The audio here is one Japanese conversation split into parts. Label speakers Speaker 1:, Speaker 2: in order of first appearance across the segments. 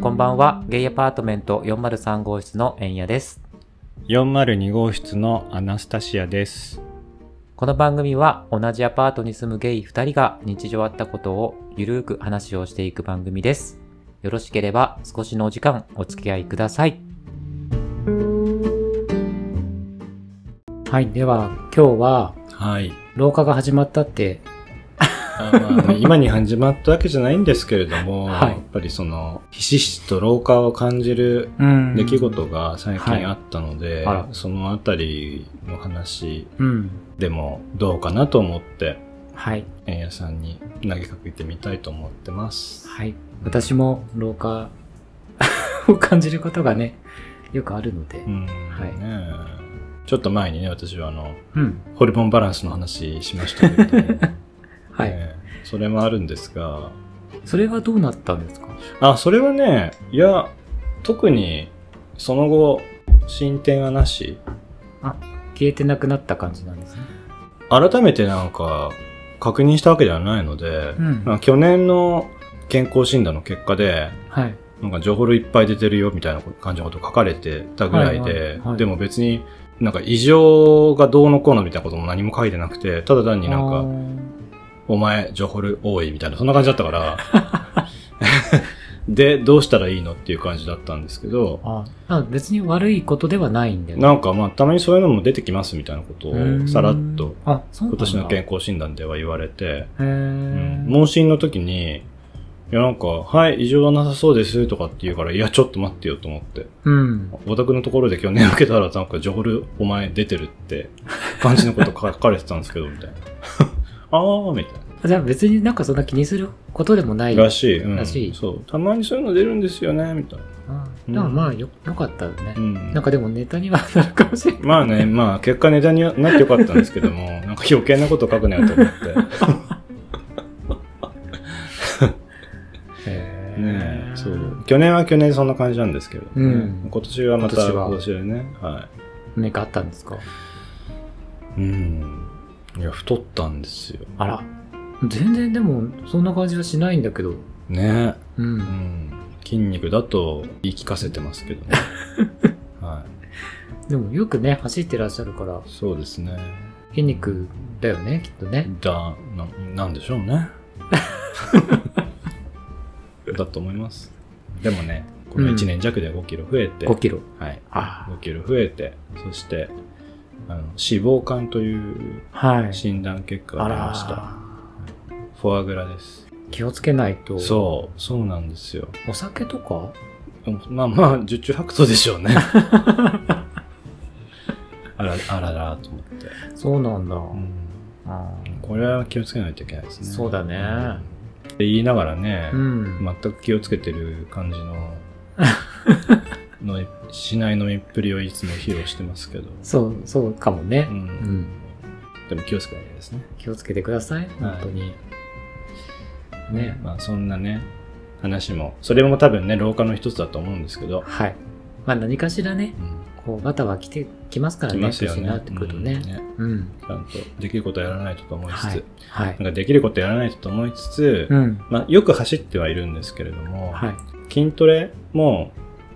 Speaker 1: こんばんは。ゲイアパートメント403号室の円谷です。
Speaker 2: 402号室のアナスタシアです。
Speaker 1: この番組は同じアパートに住むゲイ2人が日常あったことをゆるーく話をしていく番組です。よろしければ少しのお時間お付き合いください。
Speaker 3: はい、では今日は
Speaker 2: はい。
Speaker 3: 老化が始まったって、
Speaker 2: あまあね 今に始まったわけじゃないんですけれども、
Speaker 3: はい
Speaker 2: やっぱりその、ひしひしと老化を感じる
Speaker 3: うん
Speaker 2: 出来事が最近あったので、
Speaker 3: はいあら
Speaker 2: そのあたりの話
Speaker 3: うん、
Speaker 2: でもどうかなと思って、
Speaker 3: はい、
Speaker 2: 円谷さんに投げかけてみたいと思ってます。
Speaker 3: はい、私も老化を感じることがね、よくあるので
Speaker 2: う、ん、
Speaker 3: はい
Speaker 2: ねえちょっと前にね、私はあの、
Speaker 3: うん、
Speaker 2: ホルモンバランスの話しましたけれど も、
Speaker 3: はい、
Speaker 2: ねえそれもあるんですが、
Speaker 3: それはどうなったんですか？
Speaker 2: あ、それはね、いや、特に、その後、進展はなし。
Speaker 3: 消えてなくなった感じなんですね。
Speaker 2: 改めてなんか、確認したわけではないので、
Speaker 3: うん
Speaker 2: なんか去年の健康診断の結果で、
Speaker 3: はい、
Speaker 2: なんか情報量いっぱい出てるよみたいな感じのこと書かれてたぐらいで、
Speaker 3: はいはいはい
Speaker 2: でも別になんか異常がどうのこうのみたいなことも何も書いてなくて、ただ単になん
Speaker 3: あ
Speaker 2: か、
Speaker 3: ー
Speaker 2: お前情報量多いみたいな、そんな感じだっ たから、で、どうしたらいいのっていう感じだったんですけど、
Speaker 3: あー、あ別に悪いことではないんだよね。
Speaker 2: なんかまあたまにそういうのも出てきますみたいなこと
Speaker 3: う
Speaker 2: を
Speaker 3: ん
Speaker 2: さらっと、
Speaker 3: あ、そうな
Speaker 2: 今
Speaker 3: んだ
Speaker 2: 年の健康診断では言われて、
Speaker 3: へ
Speaker 2: うん
Speaker 3: ー
Speaker 2: 問診の時に、いやなんか、はい、異常はなさそうですとかって言うから、いやちょっと待ってよと思って。
Speaker 3: うん、
Speaker 2: お宅のところで去年受けたらなんかジョホルお前出て るって感じのこと書かれてたんですけど、みたいな。 あーみたいな。
Speaker 3: じゃあ別になんかそんな気にすることでもない。
Speaker 2: らしい。うん、
Speaker 3: らしい
Speaker 2: そう。たまにそういうの出るんですよね、みたいな。
Speaker 3: あーでもまあよよかったよね
Speaker 2: う。ん
Speaker 3: なんかでもネタにはなるかもしれない。
Speaker 2: まあね、まあ結果ネタになってよかったんですけども、なんか余計なこと書くなよと思って。
Speaker 3: へー
Speaker 2: ねえ、そう。去年は去年そんな感じなんですけど、
Speaker 3: うん
Speaker 2: 今年はまた
Speaker 3: 今年は
Speaker 2: 今年でね、は
Speaker 3: 何かあったんですか
Speaker 2: い。うん。いや、太ったんですよ。
Speaker 3: あら。全然でも、そんな感じはしないんだけど。
Speaker 2: ね
Speaker 3: う。
Speaker 2: え。うんん。筋肉だと言い聞かせてますけ どね。は
Speaker 3: でもよくね、走ってらっしゃるから
Speaker 2: い。、そうですね。
Speaker 3: 筋肉だよね、きっとね。
Speaker 2: だ、な、なんでしょう ね。だと思います。でもね、この1年弱で5キロ増えて、
Speaker 3: 5キロ。
Speaker 2: はい。
Speaker 3: あ
Speaker 2: 5キロ増えて、そして、あの、脂肪肝という
Speaker 3: あ。はい。
Speaker 2: 診断結果が
Speaker 3: あ
Speaker 2: 出ました。
Speaker 3: ら。
Speaker 2: フォアグラです。
Speaker 3: 気をつけないと。
Speaker 2: そう、そうなんですよ。
Speaker 3: う。お酒とか
Speaker 2: まあまあ、十中八九でしょう ね。あら、あらら、と思って、
Speaker 3: そうなんだ。
Speaker 2: うん
Speaker 3: あ
Speaker 2: これは気をつけないといけないですね。
Speaker 3: そうだね
Speaker 2: うん。って言いながらね
Speaker 3: ー、うん。
Speaker 2: 全く気をつけてる感じ の、のしない飲みっぷりをいつも披露してますけど。
Speaker 3: そう、そうかもね
Speaker 2: う。ん
Speaker 3: うん。
Speaker 2: でも気をつけないですね。
Speaker 3: 気をつけてください。本当に。ね。
Speaker 2: まあそんなね、話も、それも多分ね、老化の一つだと思うんですけど、
Speaker 3: はい。まあ何かしらね、
Speaker 2: うん、
Speaker 3: こう、バタは来て、きますから
Speaker 2: 来
Speaker 3: ね。
Speaker 2: ますよ
Speaker 3: 年に
Speaker 2: ね
Speaker 3: なってくると
Speaker 2: う
Speaker 3: ね
Speaker 2: ん。ね
Speaker 3: うん。
Speaker 2: ちゃんとできることやらないとと思いつつ、
Speaker 3: はい。はい
Speaker 2: なん。かできることやらないとと思いつつ、
Speaker 3: うん。
Speaker 2: まあ、よく走ってはいるんですけれども、
Speaker 3: はい。
Speaker 2: 筋トレも、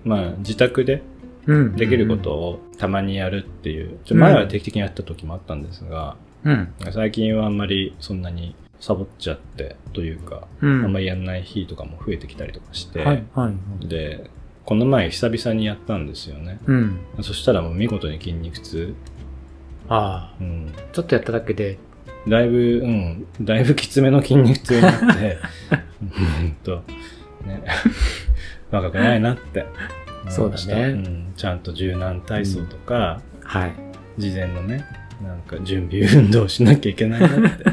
Speaker 2: まあ、自宅で
Speaker 3: うん。
Speaker 2: できることをたまにやるっていう、ちょ前は定期的にやった時もあったんですが、
Speaker 3: うん。
Speaker 2: 最近はあんまりそんなにサボっちゃってというか、
Speaker 3: うん。
Speaker 2: あんまりやんない日とかも増えてきたりとかして、
Speaker 3: はい。はい。
Speaker 2: で、この前久々にやったんですよね。
Speaker 3: うん。
Speaker 2: そしたらもう見事に筋肉痛。
Speaker 3: あ
Speaker 2: うん
Speaker 3: あ。ちょっとやっただけで、
Speaker 2: だいぶ、うん、だいぶきつめの筋肉痛に なって、うんと、ね、 若くないなって思いまし
Speaker 3: そ
Speaker 2: た。
Speaker 3: うだね
Speaker 2: ん。ちゃんと柔軟体操とか、
Speaker 3: はい。
Speaker 2: 事前のね、なんか準備運動しなきゃいけないな って。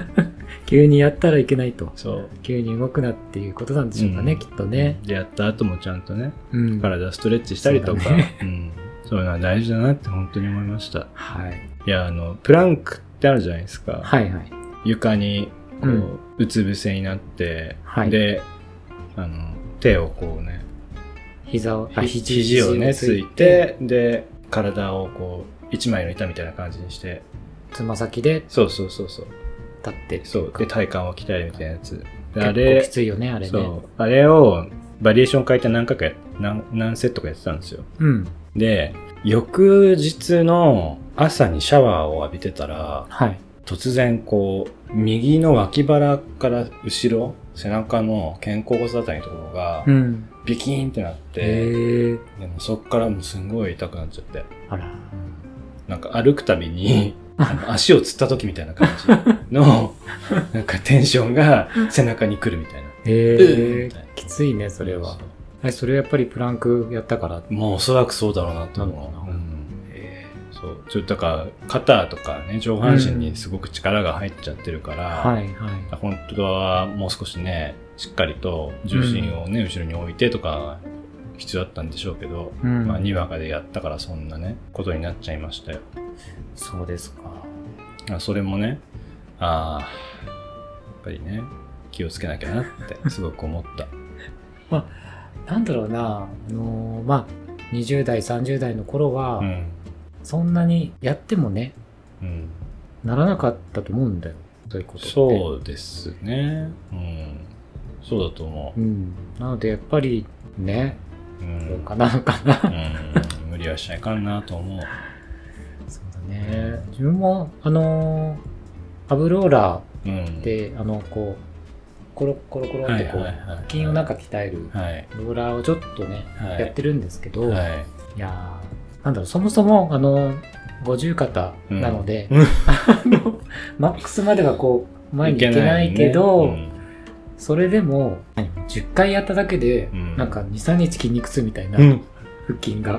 Speaker 3: 急にやったらいけないと。
Speaker 2: そう。
Speaker 3: 急に動くなっていうことなんでしょうかね、
Speaker 2: うん
Speaker 3: きっとね。
Speaker 2: で、やった後もちゃんとね、
Speaker 3: うん。
Speaker 2: 体ストレッチしたりとか、
Speaker 3: そうだ
Speaker 2: うん。そういうのは大事だなって本当に思いました。
Speaker 3: はい。
Speaker 2: いや、あの、プランクってあるじゃないですか。
Speaker 3: はいはい。
Speaker 2: 床にこう,、う
Speaker 3: うん
Speaker 2: つ伏せになって、
Speaker 3: はい
Speaker 2: であの手をこうね
Speaker 3: 膝を、あ
Speaker 2: ひ肘をねつい、てで体をこう一枚の板みたいな感じにして
Speaker 3: つま先で
Speaker 2: そうそうそうそう
Speaker 3: 立って。
Speaker 2: そうで体幹を鍛えるみたいなやつで
Speaker 3: 結構
Speaker 2: あれ
Speaker 3: きついよね、あれ
Speaker 2: そ
Speaker 3: ね。
Speaker 2: うあれをバリエーション変えて何回かや何何セットかやってたんですよ
Speaker 3: うん。
Speaker 2: で翌日の朝にシャワーを浴びてたら
Speaker 3: はい。
Speaker 2: 突然こう右の脇腹から後ろ背中の肩甲骨あたりのところが
Speaker 3: ん。
Speaker 2: ビキーンってなって、
Speaker 3: へえ。
Speaker 2: でもそっからもうすんごい痛くなっちゃって
Speaker 3: あら。
Speaker 2: なんか歩くたびにあの足をつった時みたいな感じ のなんかテンションが背中に来るみたいな。
Speaker 3: へえ
Speaker 2: みたいな。
Speaker 3: きついね、それは。え、それやっぱりプランクやったから。
Speaker 2: もうおそらくそうだろうなと
Speaker 3: なのか
Speaker 2: 思う。
Speaker 3: な
Speaker 2: うん
Speaker 3: え
Speaker 2: そう。ちょっとだから肩とかね、上半身にすごく力が入っちゃってるか
Speaker 3: え
Speaker 2: ら、
Speaker 3: はい、はい。
Speaker 2: 本当はもう少しね、しっかりと重心をね、後ろに置いてとか必要だったんでしょうけど、
Speaker 3: うん
Speaker 2: まあ、にわかでやったからそんなね、ことになっちゃいましたよ。
Speaker 3: そうですか。
Speaker 2: あそれもね、ああ、やっぱりね、気をつけなきゃなってすごく思った。
Speaker 3: なんだろうな、あのーまあ、20代、30代の頃は、
Speaker 2: うん。
Speaker 3: そんなにやってもね、
Speaker 2: うん、
Speaker 3: ならなかったと思うんだよ。そういうことって。
Speaker 2: そうですね。うん。そうだと思
Speaker 3: う。ん。なので、やっぱり、ね、
Speaker 2: う。う。
Speaker 3: どうんかな、かな。
Speaker 2: うん、無理はしちゃいかんなと思う。
Speaker 3: そうだね。自分も、あのーアブローラ
Speaker 2: うん。
Speaker 3: ーで、あの、こう、コロコロコロってこう、
Speaker 2: 腹
Speaker 3: 腹筋をなんか鍛える、
Speaker 2: はい。
Speaker 3: ローラーをちょっとね、
Speaker 2: はい
Speaker 3: やってるんですけど、
Speaker 2: はい。
Speaker 3: いやーなんだろう、そもそも、あの、五十肩なので、
Speaker 2: うんうん
Speaker 3: あの、マックスまではこう、前に行けないけど、
Speaker 2: ね
Speaker 3: それでも、何10回やっただけで、
Speaker 2: うん
Speaker 3: なんか2、3日筋肉痛みたいな、
Speaker 2: うん
Speaker 3: 腹筋が。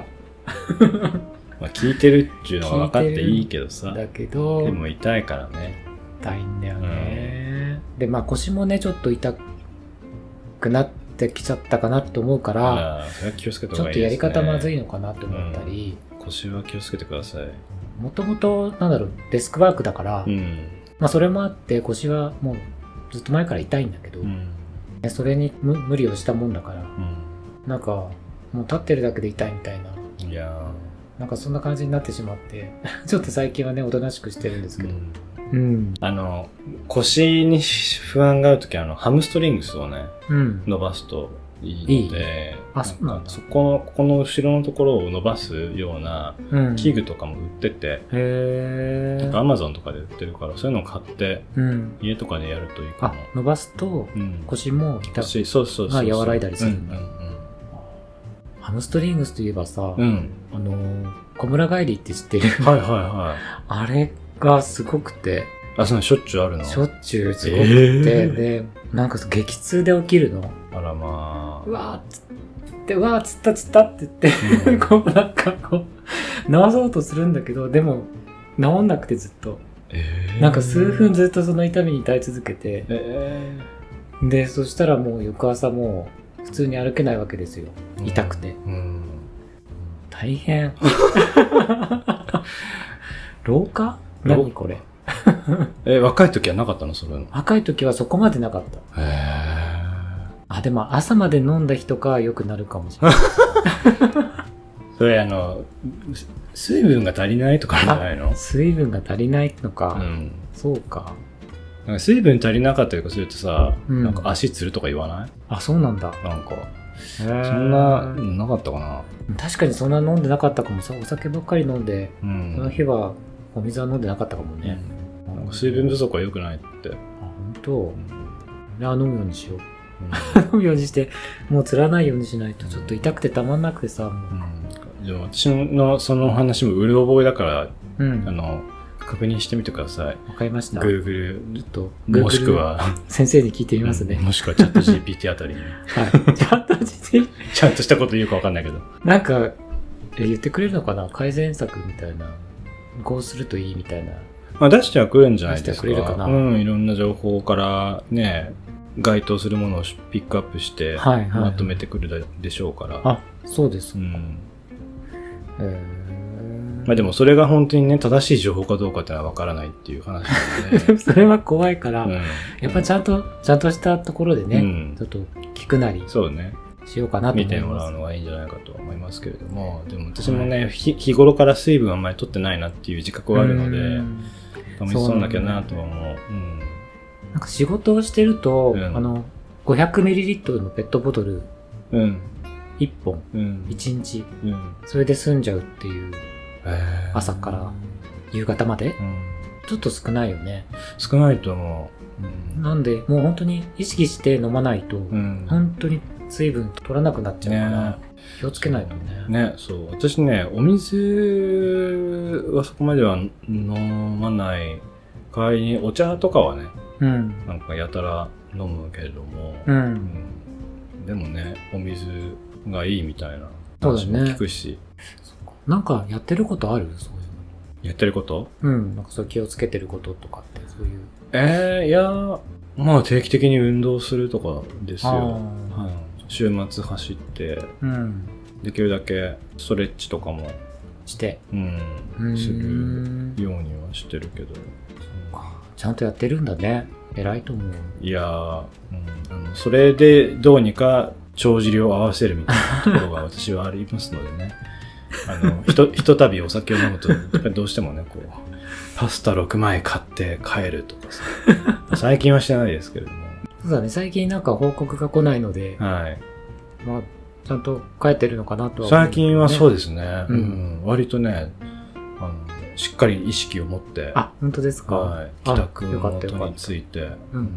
Speaker 2: まあ、聞いてるっていうのは分かっていいけどさ
Speaker 3: だけど
Speaker 2: で、も痛いからね
Speaker 3: 痛いんだよね。で、まあ腰もね、ちょっと痛くなってきちゃったかなと思うから、
Speaker 2: ああそれは気をつけた
Speaker 3: ち
Speaker 2: 方
Speaker 3: ょ
Speaker 2: が
Speaker 3: っ
Speaker 2: いい
Speaker 3: と
Speaker 2: で
Speaker 3: や
Speaker 2: す、ね、
Speaker 3: り方まず
Speaker 2: い
Speaker 3: いのかなと思ったり、
Speaker 2: 腰は気をつけてください
Speaker 3: もともと、なんだろう、デスクワークだから、
Speaker 2: うん、
Speaker 3: まあそれもあって腰はもうずっと前から痛いんだけど、
Speaker 2: うん
Speaker 3: ねそれに無無理をしたもんだから
Speaker 2: う、
Speaker 3: なんかもう立ってるだけで痛いみたいなん
Speaker 2: いや
Speaker 3: なんかそんな感じになってしまって ちょっと最近はねおとなしくしてるんです
Speaker 2: ー、
Speaker 3: け
Speaker 2: う
Speaker 3: ど
Speaker 2: ん
Speaker 3: うん
Speaker 2: あの腰に不安がある時はあのハムストリングスをね
Speaker 3: うん、
Speaker 2: 伸ばすといいので
Speaker 3: あそうなんだ
Speaker 2: かそこのここの後ろのところを伸ばすような
Speaker 3: うん、
Speaker 2: 器
Speaker 3: へ
Speaker 2: 具とかも売ってて、
Speaker 3: え
Speaker 2: アマゾンとかで売ってるからそういうのを買って
Speaker 3: うん
Speaker 2: 家とかでやるといい
Speaker 3: あ
Speaker 2: かも
Speaker 3: 伸ばすと
Speaker 2: うん
Speaker 3: 腰も痛く
Speaker 2: 腰そうそうそう
Speaker 3: が和らいだりするんだ
Speaker 2: うん
Speaker 3: ハムストリングスといえばさ、
Speaker 2: うんうん
Speaker 3: あのー小村帰りって知ってる
Speaker 2: うんはいはいはい
Speaker 3: あれがすごくて
Speaker 2: あそのしょっちゅうあるの
Speaker 3: しょっちゅうすごくて、
Speaker 2: えー
Speaker 3: でなんか激痛で起きるの
Speaker 2: あらま
Speaker 3: うわーっつって、うわーつったつったって言って、
Speaker 2: うん
Speaker 3: こうなんかこう、治そうとするんだけど、でも、治んなくてずっと。
Speaker 2: あえー
Speaker 3: なんか数分ずっとその痛みに耐え続けて、
Speaker 2: え
Speaker 3: で、そしたらもう翌朝もう、普通に歩けないわけですよ。
Speaker 2: ー
Speaker 3: 痛くて。
Speaker 2: うん
Speaker 3: 大変。 老化
Speaker 2: 老化
Speaker 3: 何これ。
Speaker 2: え若い時はなかったのそういうの
Speaker 3: 若い時はそこまでなかった。
Speaker 2: へえ
Speaker 3: あ、でも朝まで飲んだ人か良くなるかもしれない。
Speaker 2: それあのす水分が足りないとかじゃないの
Speaker 3: 水分が足りないのか。
Speaker 2: うん
Speaker 3: そうか。
Speaker 2: なんか水分足りなかったりとかするとさ、
Speaker 3: うん
Speaker 2: なんか足つるとか言わない
Speaker 3: あ、そうなんだ。
Speaker 2: なんか、
Speaker 3: そ
Speaker 2: そんな、なかったかな
Speaker 3: 確かにそんな飲んでなかったかもさお酒ばっかり飲んで、
Speaker 2: うん。
Speaker 3: その日はお水は飲んでなかったかもね、
Speaker 2: なんか水分不足は良くないって。
Speaker 3: あ本当
Speaker 2: うん
Speaker 3: じゃあ飲むようにしよう 飲むようにしてもうつらないようにしないとちょっと痛くてたまんなくてさも
Speaker 2: うんでも私のその話もうる覚えだから、
Speaker 3: ううん
Speaker 2: あ
Speaker 3: わ
Speaker 2: の、確認してみてください。
Speaker 3: かりましたち
Speaker 2: Google、
Speaker 3: ょっと
Speaker 2: もしくは、
Speaker 3: 先生に聞いてみます
Speaker 2: う
Speaker 3: ね
Speaker 2: ん、もしくはチャット GPT あたりに。
Speaker 3: はいちゃんと実践
Speaker 2: ちゃんとしたこと言うかわかんないけど。
Speaker 3: なんかえ言ってくれるのかな改善策みたいなこうするといいみたいな
Speaker 2: まあ出してはくれるんじゃないですか。
Speaker 3: 出してはくれるかな
Speaker 2: うん、いろんな情報からね、該当するものをピックアップして、
Speaker 3: はいはい
Speaker 2: まとめてくるでしょうから。
Speaker 3: あそうです
Speaker 2: う
Speaker 3: へ
Speaker 2: ん。
Speaker 3: え
Speaker 2: まあでもそれが本当にね、正しい情報かどうかってのはわからないっていう話なの で。
Speaker 3: それは怖いから、
Speaker 2: うん
Speaker 3: やっぱちゃんと、ちゃんとしたところでね、
Speaker 2: うん
Speaker 3: ちょっと聞くなり
Speaker 2: そうね。
Speaker 3: しようかなと
Speaker 2: 見
Speaker 3: 思い
Speaker 2: ても
Speaker 3: ま
Speaker 2: ら
Speaker 3: す。
Speaker 2: うのがいいんじゃないかと思いますけれども、でも私もね、ひ日頃から水分あんまり取ってないなっていう自覚はあるの
Speaker 3: う
Speaker 2: で、
Speaker 3: ん
Speaker 2: 試しそうなんだけどなとは思う。うん。
Speaker 3: なんか仕事をしてると、
Speaker 2: うん
Speaker 3: あの、500ml のペットボトル
Speaker 2: うん。
Speaker 3: 1本、
Speaker 2: うん。
Speaker 3: 1日、
Speaker 2: うん。
Speaker 3: それで済んじゃうっていう、
Speaker 2: へー
Speaker 3: 朝から夕方まで
Speaker 2: うん。
Speaker 3: ちょっと少ないよね。
Speaker 2: 少ないと思う。うん。
Speaker 3: なんで、もう本当に意識して飲まないと、
Speaker 2: うん。
Speaker 3: 本当に水分取らなくなっちゃうから、
Speaker 2: ね
Speaker 3: 気をつけないとね。
Speaker 2: ね、そう。私ね、お水はそこまでは飲まない。代わりにお茶とかはね、
Speaker 3: うん。
Speaker 2: なんかやたら飲むけれども、
Speaker 3: う。
Speaker 2: うんんでもね、お水がいいみたいな
Speaker 3: そうだ
Speaker 2: 話
Speaker 3: ね
Speaker 2: も聞くし、
Speaker 3: なんかやってることあるそういう
Speaker 2: やってること
Speaker 3: の。うん。なんかそう気をつけてることとかって、そういう。
Speaker 2: えー、いやー、まあ定期的に運動するとかですよ。
Speaker 3: あ
Speaker 2: はい週末走って、
Speaker 3: ーうん。
Speaker 2: できるだけストレッチとかも、
Speaker 3: して。
Speaker 2: うん、
Speaker 3: うーん
Speaker 2: するようにはしてるけど。
Speaker 3: ちゃんとやってるんだね。偉いと思う。
Speaker 2: いやー、うん、あのそれでどうにか帳尻を合わせるみたいなところが私はありますの でね。あの、ひと、ひとたびお酒を飲むと、やっぱりどうしてもね、こう、パスタ6枚買って帰るとかさ。 最近はしてないですけれども。
Speaker 3: そうだね。最近なんか報告が来ないので、
Speaker 2: はい。
Speaker 3: まあ、ちゃんと帰ってるのかなとは思うけどね、
Speaker 2: 最近はそう
Speaker 3: で
Speaker 2: ですね。
Speaker 3: う
Speaker 2: うんん、割とね、あの、しっかり意識を持って、
Speaker 3: あ、本当ですか。
Speaker 2: はい。
Speaker 3: あ
Speaker 2: 帰宅
Speaker 3: よ
Speaker 2: の
Speaker 3: かっ
Speaker 2: こ
Speaker 3: たよか
Speaker 2: と
Speaker 3: っ
Speaker 2: について、
Speaker 3: た。うん。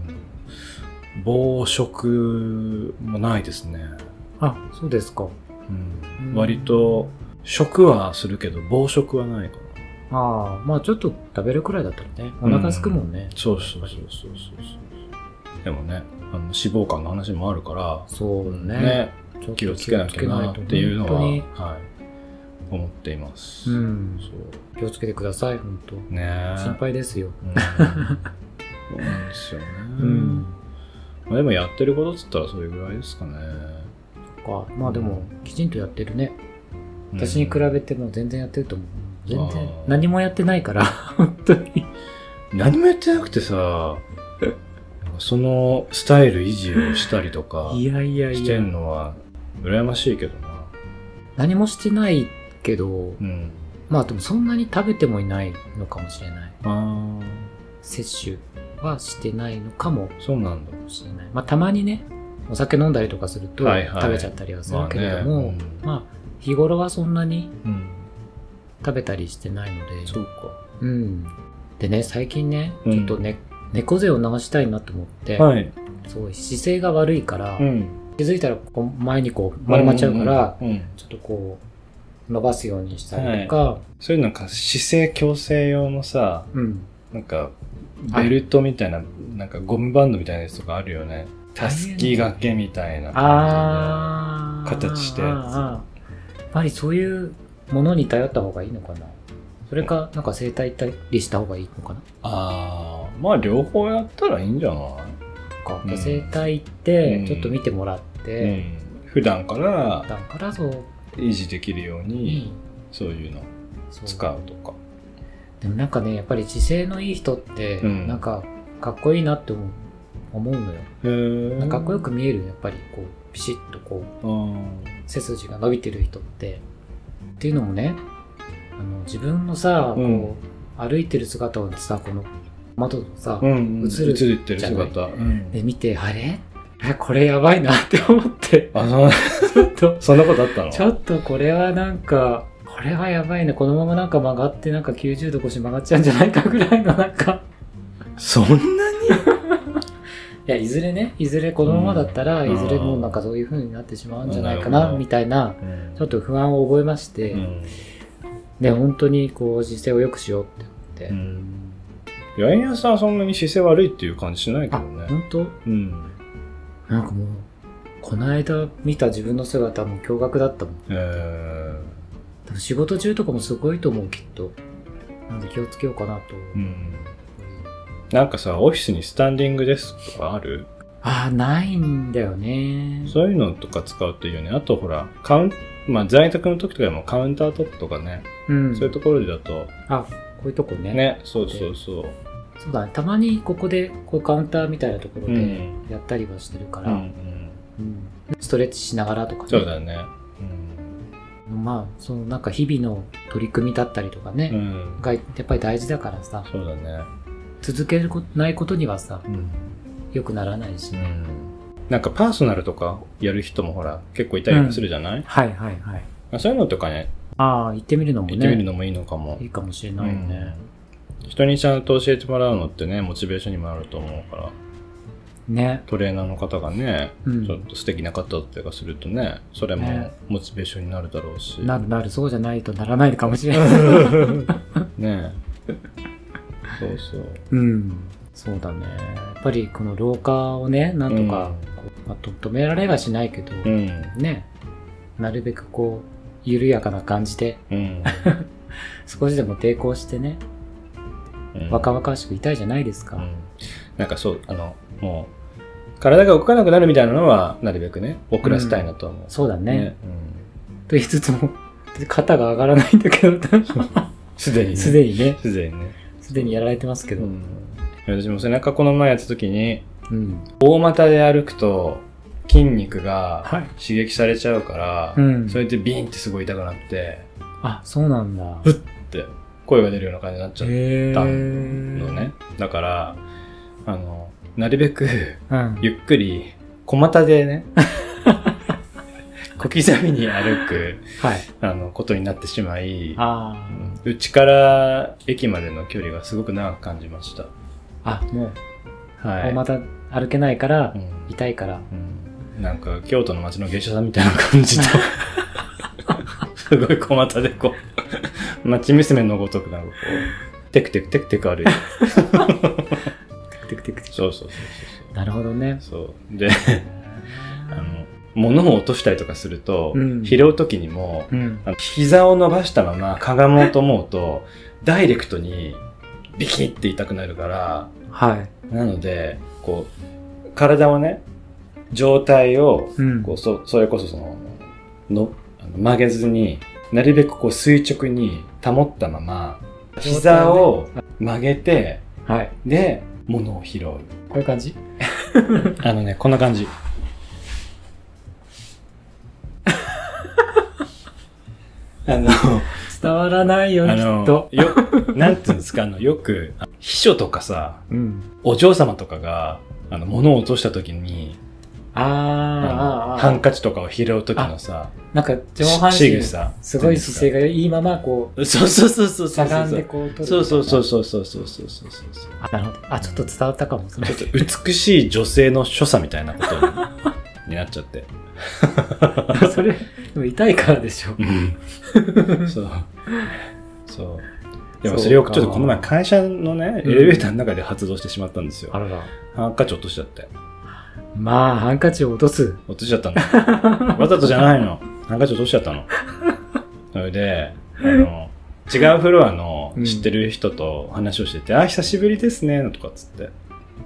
Speaker 2: 暴食もないですね。
Speaker 3: あ、そうですか。
Speaker 2: う
Speaker 3: うん
Speaker 2: ん、割と食はするけど暴食はないかな
Speaker 3: ああ、まあちょっと食べるくらいだったらね、お腹すくもんね。
Speaker 2: そうそうそうそうそうそうでもねあの脂肪肝の話もあるから
Speaker 3: そうねちょっと
Speaker 2: 気をつけなきゃなっていうのは、はい、思っています、
Speaker 3: うん
Speaker 2: そ
Speaker 3: 気をつけてください、本当
Speaker 2: うねえ
Speaker 3: 心配ですよ。
Speaker 2: うんそうなんですよね、
Speaker 3: うん。
Speaker 2: まあ、でもやってることっつったらそれぐらいですかね
Speaker 3: かまあでも、きちんとやってるね。
Speaker 2: うん
Speaker 3: 私に比べても全然やってると思う。全
Speaker 2: あ
Speaker 3: 然
Speaker 2: ー、
Speaker 3: 何もやってないから、本当に。
Speaker 2: 何もやってなく てさなんかそのスタイル維持をしたりとか
Speaker 3: いやいや
Speaker 2: し
Speaker 3: い
Speaker 2: て
Speaker 3: や。
Speaker 2: んのは羨ましいけどな。
Speaker 3: 何もしてないけど
Speaker 2: う、ん。
Speaker 3: まあでもそんなに食べてもいないのかもしれない。
Speaker 2: あ
Speaker 3: 摂取はしてないのかも
Speaker 2: あ、そうなんだ。
Speaker 3: しれない。まあたまにね、お酒飲んだりとかすると
Speaker 2: はいはい
Speaker 3: 食べちゃったりはするけれども、
Speaker 2: まあねうん
Speaker 3: まあ日頃はそんなに
Speaker 2: うん。
Speaker 3: 食べたりしてないので、
Speaker 2: そうか。
Speaker 3: うん。でね、最近ね、
Speaker 2: うん
Speaker 3: ちょっとね、猫背を治したいなと思って、
Speaker 2: はい。
Speaker 3: そう姿勢が悪いから、
Speaker 2: ん。
Speaker 3: 気づいたらこう前にこう丸まっちゃうから、
Speaker 2: うん。うん
Speaker 3: ちょっとこう伸ばすようにしたりとか、
Speaker 2: そういうなんか姿勢矯正用のさ、
Speaker 3: うん。
Speaker 2: なんかベルトみたいな、なんかゴムバンドみたいなやつとかあるよね。たすき掛けみたいな感
Speaker 3: あー
Speaker 2: 形して
Speaker 3: あーあーやっぱりそういうものに頼った方がいいのかなそれか、なんか整体行ったりした方がいいのかな
Speaker 2: じで。ああ、まあ両方やったらいいんじゃない、
Speaker 3: か、
Speaker 2: うん
Speaker 3: 整体行って
Speaker 2: う、ん
Speaker 3: ちょっと見てもらって、
Speaker 2: うん。普段から
Speaker 3: 普段からそう、
Speaker 2: 維持できるように、そういうの
Speaker 3: そ
Speaker 2: 使うとか。
Speaker 3: でもなんかね、やっぱり姿勢のいい人って、
Speaker 2: うん
Speaker 3: なんかかっこいいなって思う思うのよ。
Speaker 2: へえ
Speaker 3: なんかかっこよく見える、やっぱりこう、ピシッとこう、背筋が伸びてる人って。っていうのもね、あの自分のさ、
Speaker 2: うん
Speaker 3: こう、歩いてる姿をさ、この窓のさ、
Speaker 2: うんうん、
Speaker 3: 映る
Speaker 2: 映ってる姿。うん
Speaker 3: で見て、あれえこれやばいなって思 って、
Speaker 2: あそんな
Speaker 3: ちょっと、
Speaker 2: そんなことあったの
Speaker 3: ちょっとこれはなんか、これはやばいな、このままなんか曲がって、なんか90度腰曲がっちゃうんじゃないかぐらいのなんか、
Speaker 2: そんなに
Speaker 3: いや、いずれね、いずれこのままだったら、
Speaker 2: うん
Speaker 3: いずれもうなんかそういう風になってしまうんじゃないか
Speaker 2: なる
Speaker 3: な、
Speaker 2: ほど
Speaker 3: みたいな、ちょっと不安を覚えまして、
Speaker 2: うん
Speaker 3: で、本当にこう、姿勢を良くしようって
Speaker 2: う
Speaker 3: 思って、
Speaker 2: ん八重屋さんはそんなに姿勢悪いっていう感じしないけ
Speaker 3: あ、
Speaker 2: どね。
Speaker 3: 本当
Speaker 2: うん。
Speaker 3: なんかもう、この間見た自分の姿はもう驚愕だったもん。
Speaker 2: えー
Speaker 3: 多分仕事中とかもすごいと思う、きっと。なんで気をつけようかなと。
Speaker 2: うん。なんかさ、オフィスにスタンディングデスクとかある
Speaker 3: ああ、ないんだよね。
Speaker 2: そういうのとか使うといいよね。あとほら、カウンまあ在宅の時とかでもカウンタートップとかね、
Speaker 3: うん。
Speaker 2: そういうところだと、
Speaker 3: あ、こういうとこね。
Speaker 2: ね、そうそうそう。
Speaker 3: そうだね。たまにここで、こうカウンターみたいなところ
Speaker 2: う
Speaker 3: で
Speaker 2: ん
Speaker 3: やったりはしてるか
Speaker 2: う
Speaker 3: ら、
Speaker 2: んうん。
Speaker 3: うんストレッチしながらとかね。
Speaker 2: そうだね。うん
Speaker 3: まあ、そのなんか日々の取り組みだったりとか
Speaker 2: う
Speaker 3: ね、
Speaker 2: ん。
Speaker 3: がやっぱり大事だからさ、
Speaker 2: そうだね。
Speaker 3: 続けることないことにはさ、
Speaker 2: うん。
Speaker 3: 良くならないし
Speaker 2: う
Speaker 3: ね。
Speaker 2: んなんかパーソナルとかやる人もほら、結構いたりするじゃない、
Speaker 3: はいはいはい。
Speaker 2: まあそういうのとかね、
Speaker 3: ああ、行ってみるのもね。
Speaker 2: 行ってみるのもいいのかも。
Speaker 3: いいかもしれないよね。
Speaker 2: 人にちゃんと教えてもらうのってね、モチベーションにもなると思うから、
Speaker 3: ね。
Speaker 2: トレーナーの方がね、
Speaker 3: うん
Speaker 2: ちょっと素敵な方とかするとね、それも
Speaker 3: ね
Speaker 2: モチベーションになるだろうし。
Speaker 3: なるなる、そうじゃないとならないかもしれない。
Speaker 2: ねえ。そうそう。
Speaker 3: うん。そうだね。やっぱりこの老化をね、なんとか、こうまあと止められはしないけど、
Speaker 2: うん。
Speaker 3: ね。なるべくこう、緩やかな感じで、
Speaker 2: うん。
Speaker 3: 少しでも抵抗してね、
Speaker 2: うん
Speaker 3: 若々しくいたいじゃないですか。
Speaker 2: うんなんかそう、あの、もう、体が動かなくなるみたいなのは、なるべくね、遅らせたいなとは思う。
Speaker 3: そうだね。
Speaker 2: うん
Speaker 3: と言いつつも、 肩が上がらないんだけど、
Speaker 2: すでにね。
Speaker 3: すでにね、
Speaker 2: すでにね。
Speaker 3: すでにやられてますけど。
Speaker 2: 私も背中この前やった時に、
Speaker 3: うん。
Speaker 2: 大股で歩くと、筋肉が
Speaker 3: はい。
Speaker 2: 刺激されちゃうか
Speaker 3: う
Speaker 2: ら、
Speaker 3: ん
Speaker 2: それでビーンってすごい痛くなって、
Speaker 3: あ、そうなんだ。
Speaker 2: ふっって声が出るような感じになっちゃっ
Speaker 3: へ
Speaker 2: た
Speaker 3: ー
Speaker 2: のね。だから、あの、なるべく、
Speaker 3: うん。
Speaker 2: ゆっくり、小股 でね、小刻みに歩く、
Speaker 3: はい。
Speaker 2: あの、ことになってしまい、
Speaker 3: あ
Speaker 2: うんうちから駅までの距離がすごく長く感じました。
Speaker 3: あ。あ、もう、
Speaker 2: は
Speaker 3: もう
Speaker 2: い。
Speaker 3: また歩けないから
Speaker 2: う、ん
Speaker 3: 痛いから。
Speaker 2: うんなんか、京都の街の芸者さんみたいな感じと、すごい小股でこう、町娘のごとくなんかこう、テクテクテクテク歩いて。
Speaker 3: テクテクテク。
Speaker 2: そうそうそう
Speaker 3: なるほどね。
Speaker 2: そうそう。そう。で、あの、物を落としたりとかすると、
Speaker 3: うん
Speaker 2: 拾う時にも、
Speaker 3: うん。
Speaker 2: あの膝を伸ばしたままかがもうと思うと、ダイレクトにビキって痛くなるから、
Speaker 3: はい。
Speaker 2: なので、こう、体をね、状態を、
Speaker 3: うん
Speaker 2: こうそそれこそそののあの曲げずになるべくこう垂直に保ったまま膝を曲げて
Speaker 3: はい。
Speaker 2: で物を拾う
Speaker 3: こういう感じ
Speaker 2: あのねこんな感じ あの
Speaker 3: 伝わらないよ、き
Speaker 2: あ
Speaker 3: っと
Speaker 2: の。よなんていうんですかあのよくあ秘書とかさ
Speaker 3: うん。
Speaker 2: お嬢様とかがあの物を落とした時に
Speaker 3: あー
Speaker 2: あの
Speaker 3: あ
Speaker 2: ハ
Speaker 3: ー、あ
Speaker 2: ン
Speaker 3: ー
Speaker 2: カチとかを拾う時のさ
Speaker 3: なんか上半
Speaker 2: し
Speaker 3: 身
Speaker 2: 仕、草
Speaker 3: すごい姿勢がいいまま、こう、
Speaker 2: そうそうそうそう
Speaker 3: し
Speaker 2: そ
Speaker 3: ゃ
Speaker 2: うそ
Speaker 3: が
Speaker 2: うん
Speaker 3: でこう撮る。
Speaker 2: そうそうそうそうそうそうそうそうそうそう
Speaker 3: あ、なるほど。あ、ちょっと伝わったかも。ちょっ
Speaker 2: ちょっと美しい女性の所作みたいなことにになっちゃって
Speaker 3: と、それ、でも痛いからでしょ。
Speaker 2: そうそうでもそれを
Speaker 3: そうか
Speaker 2: ちょっとこの前会社のねエ
Speaker 3: うん
Speaker 2: レベーターの中で発動してしまったんですよ、
Speaker 3: らら。
Speaker 2: ハンカチ落としちゃって
Speaker 3: まあ、ハンカチを落とす。
Speaker 2: 落としちゃったのわざとじゃないのハンカチ落としちゃったのそれであの違うフロアの知ってる人と話をしてて「あ久しぶりですね」とかっつって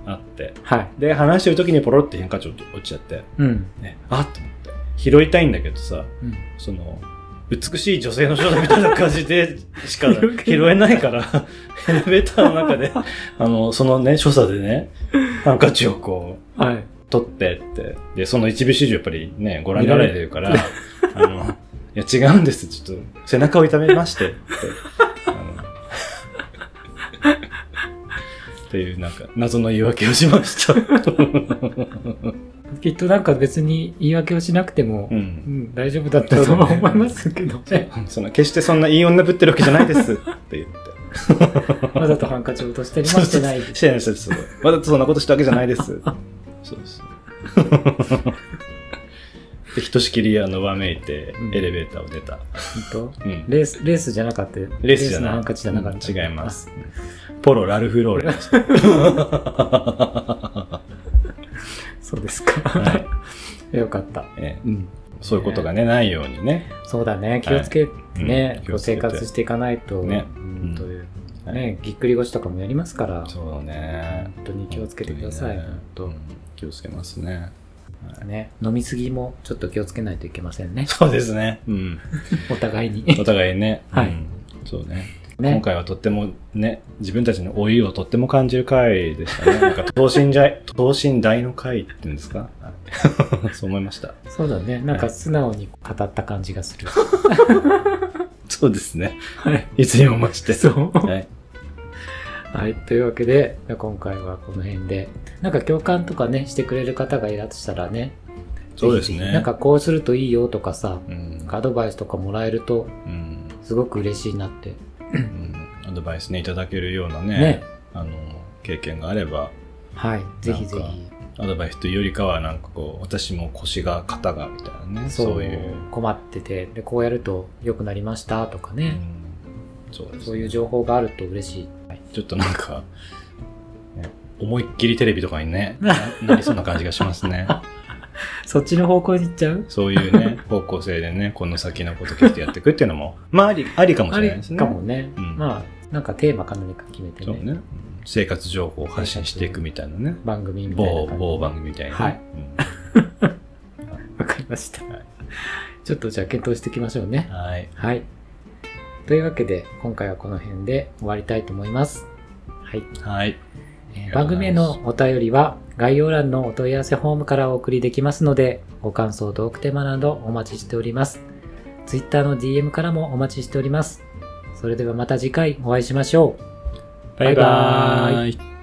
Speaker 2: 会って
Speaker 3: はい。
Speaker 2: で話してる時にポロって変化値落ちちゃって、
Speaker 3: うん。
Speaker 2: ね、あっと思って拾いたいんだけどさ
Speaker 3: うん
Speaker 2: その美しい女性の少女みたいな感じでしか
Speaker 3: 拾えない
Speaker 2: 拾えないからエレベーターの 中であのそのね所作でねハンカチをこう
Speaker 3: はい。
Speaker 2: 取ってってでその一部始終やっぱりねご覧になられてるからあのいや違うんですちょっと背中を痛めましてって あのっていうなんか謎の言い訳をしま した。
Speaker 3: きっとなんか別に言い訳をしなくても、
Speaker 2: う
Speaker 3: うん、
Speaker 2: ん、
Speaker 3: 大丈夫だったとは思いますけどね。
Speaker 2: その決してそんないい女ぶってるわけじゃないですって言 って。
Speaker 3: わざとハンカチを落としたりもして ない。
Speaker 2: してないしてないしてないわざとそんなことしたわけじゃないです。 そうそう。で、ひとしきりあの、わめいて
Speaker 3: う、ん
Speaker 2: エレベーターを出た。
Speaker 3: 本
Speaker 2: うん
Speaker 3: 当。レース、レースじゃなかったよ
Speaker 2: レースじゃ
Speaker 3: の
Speaker 2: ない。
Speaker 3: ハンカチじゃなかった。
Speaker 2: うん違います。ポロ・ラルフ・ロ ーレンでした。は
Speaker 3: あ。そうですか。 よかった。
Speaker 2: いええ
Speaker 3: うん。
Speaker 2: そういうことがね、ないようにね。
Speaker 3: そうだね。気をつけて
Speaker 2: う
Speaker 3: ね
Speaker 2: ん、気
Speaker 3: こ
Speaker 2: を
Speaker 3: う
Speaker 2: つけ
Speaker 3: 生
Speaker 2: て
Speaker 3: 活していかないと、
Speaker 2: ね
Speaker 3: うんという。
Speaker 2: はい
Speaker 3: ね、ぎっくり腰とかもやりますから、
Speaker 2: そうだね。
Speaker 3: 本当に気をつけてください。
Speaker 2: 本当にねうん気をつけますね。
Speaker 3: ね、飲みすぎもちょっと気をつけないといけませんね。
Speaker 2: そうですね。 うん。
Speaker 3: お互いに。
Speaker 2: お互いね。
Speaker 3: はい
Speaker 2: うんそうね。今
Speaker 3: ね。
Speaker 2: 回はとってもね、自分たちの老いをとっても感じる回でした ね。なんか等身大、等身大の回っていうんですか そう思いました。
Speaker 3: そうだね。なんか素直に語った感じがする。
Speaker 2: そうですね。
Speaker 3: はい。
Speaker 2: いつにも増して。
Speaker 3: そう。
Speaker 2: はい。
Speaker 3: はい。というわけで、今回はこの辺で、なんか共感とかね、してくれる方がいらっしゃったらね、
Speaker 2: そうですね
Speaker 3: ぜひぜひなんかこうするといいよとかさ、
Speaker 2: うん
Speaker 3: アドバイスとかもらえると、
Speaker 2: うん
Speaker 3: すごく嬉しいなって。
Speaker 2: うんアドバイスねいただけるようなね
Speaker 3: ね。
Speaker 2: あの経験があれば
Speaker 3: はい。ぜひぜ
Speaker 2: なん
Speaker 3: ひ。
Speaker 2: アドバイスというよりかはなんかこう私も腰が肩がみたいなね
Speaker 3: そう
Speaker 2: そういう、
Speaker 3: 困っててでこうやると良くなりましたとか
Speaker 2: う
Speaker 3: ね、
Speaker 2: んそうですね
Speaker 3: そういう情報があると嬉しい
Speaker 2: ちょっとなんか、ね思いっきりテレビとかにねななりそうな感じがしますね
Speaker 3: そっちの方向に行っちゃう
Speaker 2: そういう ね方向性でねこの先のこと聞いてやっていくっていうのもまあありありかも
Speaker 3: あ
Speaker 2: しれ
Speaker 3: れ
Speaker 2: ないですね
Speaker 3: かもね、
Speaker 2: うん
Speaker 3: まあなんかテーマか何か決めて
Speaker 2: そう
Speaker 3: ね
Speaker 2: ねうん生活情報を発信していくみたいなね
Speaker 3: 番組みたいな
Speaker 2: 某
Speaker 3: 感じ
Speaker 2: 某番組みたいな、
Speaker 3: はいわかりました、
Speaker 2: はい
Speaker 3: ちょっとじゃあ検討していきましょうね
Speaker 2: うんはい
Speaker 3: はいというわけで今回はこの辺で終わりたいと思いますはい
Speaker 2: はい
Speaker 3: えー番組へのお便りは概要欄のお問い合わせフォームからお送りできますのでご感想トークテーマなどお待ちしております Twitter の DM からもお待ちしておりますそれではまた次回お会いしましょう
Speaker 2: バイバ
Speaker 3: バイ
Speaker 2: バイ
Speaker 3: バ
Speaker 2: バ
Speaker 3: ー
Speaker 2: ーイ